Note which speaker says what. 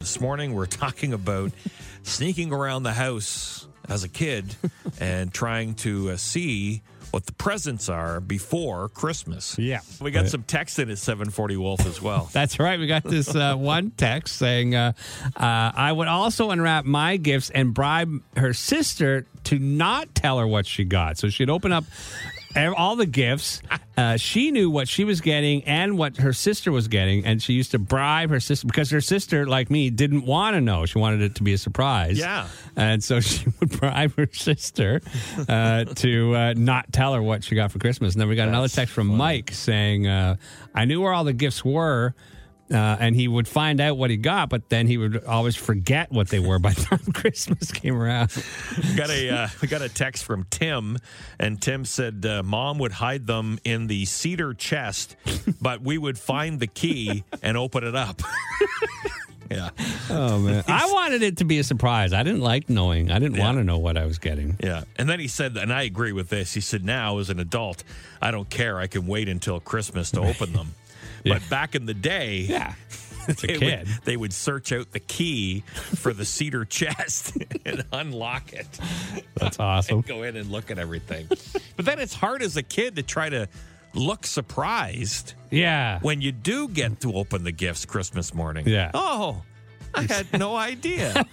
Speaker 1: This morning, we're talking about sneaking around the house as a kid and trying to uh, see what the presents are before Christmas.
Speaker 2: Yeah.
Speaker 1: We got some text in at 740 Wolf as well.
Speaker 2: That's right. We got this uh, one text saying, uh, uh, I would also unwrap my gifts and bribe her sister to not tell her what she got. So she'd open up ev- all the gifts. Uh, she knew what she was getting and what her sister was getting. And she used to bribe her sister because her sister, like me, didn't want to know. She wanted it to be a surprise.
Speaker 1: Yeah.
Speaker 2: And so she would bribe her sister uh, to uh, not tell her what she got for Christmas. And then we got another text from Mike saying, uh, I knew where all the gifts were. Uh, and he would find out what he got, but then he would always forget what they were by the time Christmas came around.
Speaker 1: got a uh, we got a text from Tim, and Tim said uh, mom would hide them in the cedar chest, but we would find the key and open it up. yeah,
Speaker 2: Oh man! I wanted it to be a surprise. I didn't like knowing. I didn't want to know what I was getting.
Speaker 1: yeah. And then he said, and I agree with this. He said, now as an adult, I don't care. I can wait until Christmas to open them. But back in the day,
Speaker 2: Yeah, it's a
Speaker 1: they, would,
Speaker 2: kid.
Speaker 1: they would search out the key for the cedar chest and unlock it.
Speaker 2: That's awesome.
Speaker 1: go in and look at everything. but then it's hard as a kid to try to look surprised
Speaker 2: Yeah.
Speaker 1: when you do Oh, get to open the gifts Christmas morning.
Speaker 2: Yeah.
Speaker 1: Oh, I had no idea.